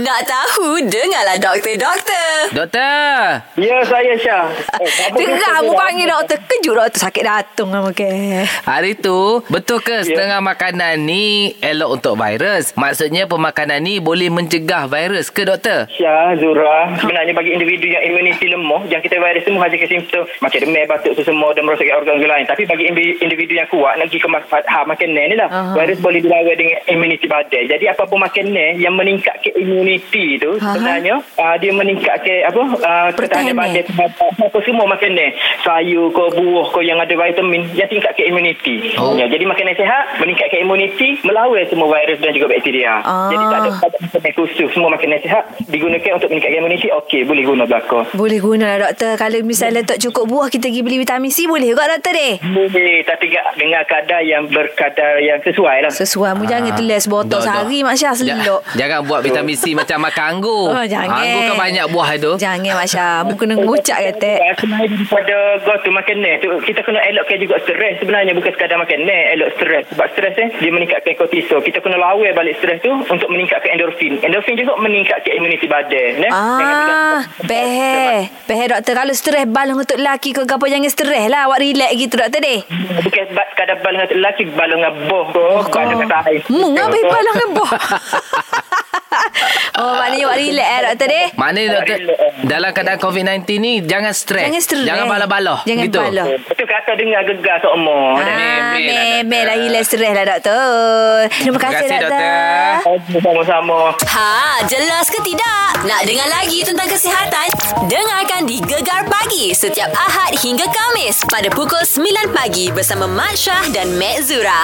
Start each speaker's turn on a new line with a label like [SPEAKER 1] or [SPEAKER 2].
[SPEAKER 1] Nak tahu, dengarlah doktor, doktor.
[SPEAKER 2] Doktor
[SPEAKER 3] Ya, saya Syah. Eh,
[SPEAKER 1] Geram mu panggil doktor. Kejut doktor sakit datung lah okay.
[SPEAKER 2] Hari tu Betul ke setengah makanan ni Elok untuk virus Maksudnya pemakanan ni Boleh mencegah virus ke doktor?
[SPEAKER 3] Syah, Zura. Sebenarnya bagi individu yang imuniti lemah, yang kita virus tu menghasilkan simptom macam demam, batuk tu semua dan merosak organ-organ lain. Tapi bagi imbi- individu yang kuat, nak pergi ke mak- ha, makanan ni lah.
[SPEAKER 1] Aha.
[SPEAKER 3] Virus boleh dilawan dengan imuniti badan. Jadi apa-apa makanan yang meningkatkan imuniti tu
[SPEAKER 1] Aha.
[SPEAKER 3] sebenarnya uh, dia meningkatkan apa uh,
[SPEAKER 1] Pertahanan.
[SPEAKER 3] ketahanan badan terhadap apa semua makanan. Sayur ke buah ke yang ada vitamin yang tingkatkan imuniti.
[SPEAKER 2] Oh.
[SPEAKER 3] Ya, jadi makanan sihat meningkatkan imuniti melawan semua virus dan juga bakteria.
[SPEAKER 1] Ah.
[SPEAKER 3] Jadi tak ada tak ada makanan khusus semua makanan sihat digunakan untuk meningkatkan imuniti okey boleh guna belaka
[SPEAKER 1] Boleh guna lah doktor. Kalau misalnya tak cukup buah, kita pergi beli vitamin C boleh kot doktor deh?
[SPEAKER 3] boleh tapi ga- dengan kadar yang berkadar yang sesuai lah
[SPEAKER 1] Sesuai mu jangan teles botol
[SPEAKER 2] Dok, dok.
[SPEAKER 1] sehari Mak
[SPEAKER 2] Ya.
[SPEAKER 1] Syah selok.
[SPEAKER 2] Ah, Ja- Jangan buat vitamin C Macam makan anggur
[SPEAKER 1] Oh, jangan.
[SPEAKER 2] Anggur kan banyak buah tu
[SPEAKER 1] Jangan Mak Syah. Mu kena ngucak kata.
[SPEAKER 3] Selain daripada go to makanan tu, kita kena elokkan juga stres sebenarnya. Bukan sekadar makanan, elok stres. Sebab stres ni, dia meningkatkan kortisol. Kita kena lawan balik stres tu untuk meningkatkan endorfin. Endorfin juga meningkatkan imuniti badan. Eh? Jangan
[SPEAKER 1] Ah,
[SPEAKER 3] tergantung-
[SPEAKER 1] beheh. Beheh doktor kalau stres balong untuk lelaki ke gapo jangan stres lah. Awak relax gitu doktor deh.
[SPEAKER 3] Bukan ba- kadar bal dengan lelaki, bal dengan boh.
[SPEAKER 1] Oh,
[SPEAKER 3] Oh,
[SPEAKER 1] kau.
[SPEAKER 3] bal dengan tahi.
[SPEAKER 1] Mung habis balong ngeboh. oh, maknanya awak relax eh doktor deh.
[SPEAKER 2] Maknanya doktor
[SPEAKER 3] Relax.
[SPEAKER 2] Dalam keadaan COVID-19 ni Jangan stres
[SPEAKER 1] Jangan stres.
[SPEAKER 2] Jangan bala-bala
[SPEAKER 1] Jangan
[SPEAKER 2] gitu.
[SPEAKER 1] bala.
[SPEAKER 3] Betul kata dengar gegar seumur.
[SPEAKER 1] Ah,
[SPEAKER 2] Memel lah,
[SPEAKER 1] memel lah
[SPEAKER 2] doktor.
[SPEAKER 1] relax stres lah doktor. Terima kasih,
[SPEAKER 2] kasih,
[SPEAKER 1] doktor.
[SPEAKER 2] doktor.
[SPEAKER 3] Sama-sama.
[SPEAKER 4] Ha, jelas ke tidak? Nak dengar lagi tentang kesihatan? Dengarkan di Gegar Pagi setiap Ahad hingga Kamis pada pukul 9 pagi bersama Mat Syah dan Mat Zura.